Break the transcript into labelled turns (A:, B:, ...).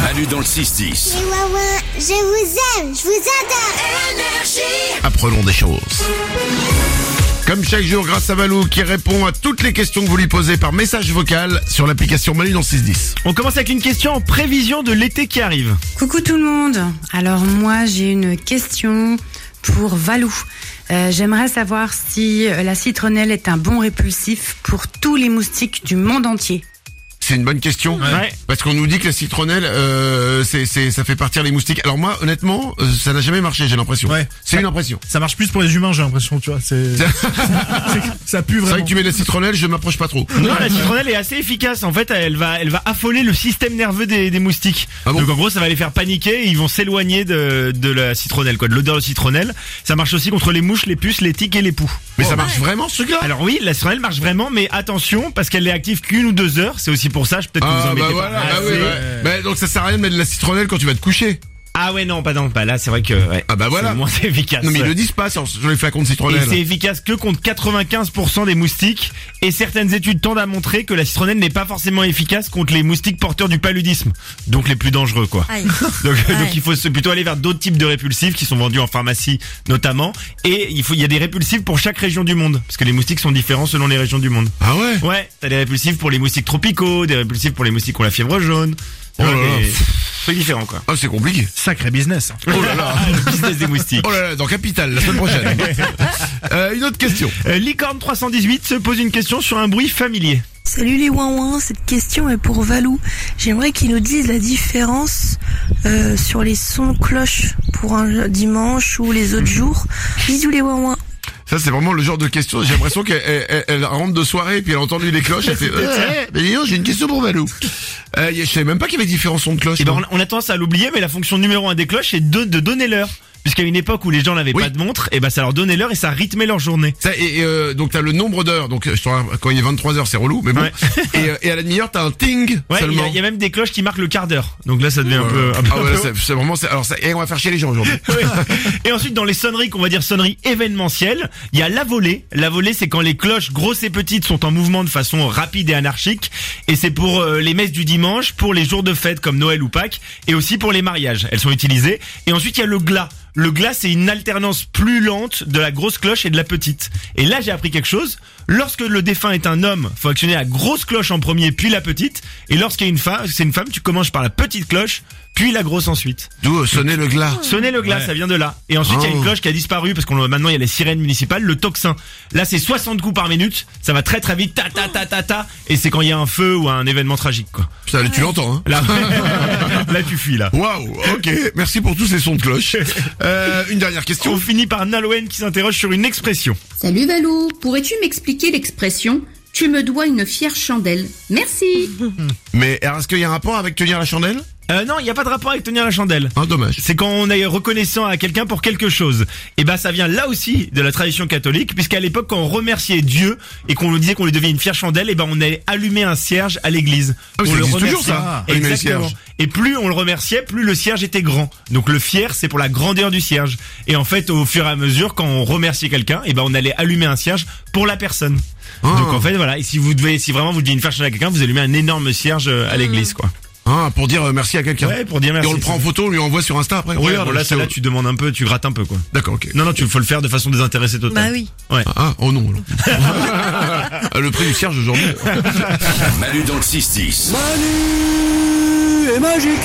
A: Manu dans le 6-10.
B: Les Wawa, je vous aime, je vous adore.
C: Apprenons des choses. Comme chaque jour, grâce à Valou qui répond à toutes les questions que vous lui posez par message vocal sur l'application Manu dans 610.
D: On commence avec une question en prévision de l'été qui arrive.
E: Coucou tout le monde. Alors moi j'ai une question pour Valou. Euh, J'aimerais savoir si euh, la citronnelle est un bon répulsif pour tous les moustiques du monde entier.
C: C'est une bonne question.
D: Ouais.
C: Parce qu'on nous dit que la citronnelle, euh, c'est, c'est- ça fait partir les moustiques. Alors moi, honnêtement, euh, ça n'a jamais marché, j'ai l'impression.
F: Ouais.
C: C'est une impression.
F: Ça marche plus pour les humains, j'ai l'impression, tu vois. C'est c'est- ça pue
C: C'est vrai
F: vraiment.
C: que tu mets de la citronnelle, je m'approche pas trop.
D: Non, la citronnelle est assez efficace. En fait, elle va, elle va affoler le système nerveux des, des moustiques.
C: Ah bon
D: Donc en gros, ça va les faire paniquer. Et ils vont s'éloigner de, de la citronnelle, quoi, de l'odeur de citronnelle. Ça marche aussi contre les mouches, les puces, les tiques et les poux.
C: Mais ça marche vraiment ce gars
D: Alors oui, la citronnelle marche vraiment, mais attention parce qu'elle est active qu'une ou deux heures. C'est aussi pour ça. Je peut-être que vous
C: Ah
D: embêtez
C: bah
D: pas.
C: voilà,
D: Ah,
C: bah oui,
D: c'est-
C: ouais. Bah, donc ça sert à rien de mettre de la citronnelle quand tu vas te coucher.
D: Ah ouais, non, pas non, pas là. C'est vrai que. ouais,
C: Ah bah voilà.
D: C'est moins efficace.
C: Non mais ils
D: ouais.
C: le disent pas sur, sur les flacons de
D: Et c'est
C: citronnelle.
D: efficace que contre 95% des moustiques. Et certaines études tendent à montrer que la citronnelle n'est pas forcément efficace contre les moustiques porteurs du paludisme. Donc les plus dangereux, quoi.
G: Aïe.
D: Donc,
G: Ouais.
D: donc il faut se- plutôt aller vers d'autres types de répulsifs qui sont vendus en pharmacie notamment. Et il faut, il y a des répulsifs pour chaque région du monde. Parce que les moustiques sont différents selon les régions du monde.
C: Ah ouais
D: Ouais, t'as des répulsifs pour les moustiques tropicaux, des répulsifs pour les moustiques qui ont la fièvre jaune.
C: Oh là
D: Ouais,
C: là.
D: des- trucs différents, quoi.
C: Ah c'est compliqué.
F: Sacré business. hein.
C: Oh là là.
D: Le business des moustiques.
C: Oh là là, dans Capital, la semaine prochaine. Euh, une autre question.
D: Euh, Licorne 318 se pose une question sur un bruit familier.
H: Salut les Wanwan, cette question est pour Valou. J'aimerais qu'il nous dise la différence euh, sur les sons cloches pour un dimanche ou les autres jours. Bisous les Wanwan.
C: Ça, c'est vraiment le genre de question. J'ai l'impression qu'elle elle- elle- elle rentre de soirée, puis elle a entendu les cloches. Elle fait, eh, mais dis donc, j'ai une question pour Valou. Euh, y a- je savais même pas qu'il y avait différents sons de cloches.
D: Eh ben,
C: moi.
D: on, on a tendance à l'oublier, mais la fonction numéro un des cloches est de, de donner l'heure. Puisqu'à une époque où les gens n'avaient
C: Oui.
D: pas de montre, et ben ça leur donnait l'heure et ça rythmait leur journée.
C: Ça, et, et, euh, donc t'as le nombre d'heures. Donc je te rappelle, quand il est 23 heures, c'est relou, mais bon.
D: Ouais.
C: Et, euh, et à la demi-heure, t'as un ting
D: Ouais, il y,
C: seulement.
D: a- il y a même des cloches qui marquent le quart d'heure. Donc là, ça devient un peu. un peu-
C: Ah ouais, c'est c'est vraiment. c'est- Alors ça, et on va faire chier les gens aujourd'hui.
D: Ouais. Et ensuite, dans les sonneries qu'on va dire sonneries événementielles, il y a la volée. La volée, c'est quand les cloches grosses et petites sont en mouvement de façon rapide et anarchique. Et c'est pour euh, les messes du dimanche, pour les jours de fête comme Noël ou Pâques, et aussi pour les mariages. Elles sont utilisées. Et ensuite, il y a le glas. Le glas, c'est une alternance plus lente de la grosse cloche et de la petite. Et là, j'ai appris quelque chose. Lorsque le défunt est un homme, faut actionner la grosse cloche en premier, puis la petite. Et lorsqu'il y a une femme, c'est une femme, tu commences par la petite cloche, puis la grosse ensuite.
C: D'où euh, sonnait le glas.
D: Sonner le glas, ça vient de là. Et ensuite, il y a
C: Oh.
D: une cloche qui a disparu parce qu'on maintenant il y a les sirènes municipales, le tocsin. Là, c'est 60 coups par minute, ça va très très vite, ta ta ta ta ta, et c'est quand il y a un feu ou un événement tragique quoi.
C: Putain, là, tu l'entends. Hein.
D: Là, là tu fuis là.
C: Waouh. Ok. Merci pour tous ces sons de cloche. Euh, une dernière question.
D: On finit par Naloen qui s'interroge sur une expression.
I: Salut Valou, pourrais-tu m'expliquer l'expression Tu me dois une fière chandelle Merci
C: Mais alors, est-ce qu'il y a un rapport avec tenir la chandelle
D: Euh, non, il n'y a pas de rapport avec tenir la chandelle.
C: Ah, dommage.
D: C'est quand on est reconnaissant à quelqu'un pour quelque chose. Et ben ça vient là aussi de la tradition catholique, puisqu'à l'époque quand on remerciait Dieu et qu'on lui disait qu'on lui devait une fière chandelle, et ben on allait allumer un cierge à l'église.
C: Ah, mais
D: On
C: ça
D: le
C: existe toujours,
D: remerciait.
C: ça, allumer le
D: Exactement.
C: cierge.
D: Et plus on le remerciait, plus le cierge était grand. Donc le fier, c'est pour la grandeur du cierge. Et en fait, au fur et à mesure, quand on remerciait quelqu'un, et ben on allait allumer un cierge pour la personne.
C: Ah.
D: Donc en fait, voilà. Et si vous devez, si vraiment vous devez une fière chandelle à quelqu'un, vous allumez un énorme cierge euh, à l'église, quoi.
C: Ah, pour dire euh, merci à quelqu'un.
D: Ouais, pour dire merci.
C: Et on le prend en photo, on lui envoie sur Insta après.
D: Ouais,
C: Regarde,
D: bon, là,
C: c'est-
D: celle-là, tu demandes un peu, tu grattes un peu, quoi.
C: D'accord, ok.
D: Non, non, tu faut le faire de façon désintéressée
G: Bah
D: totale.
G: oui.
C: Ah, oh non. non. le prix du cierge aujourd'hui.
A: Manu dans le 6-10.
B: Énergie.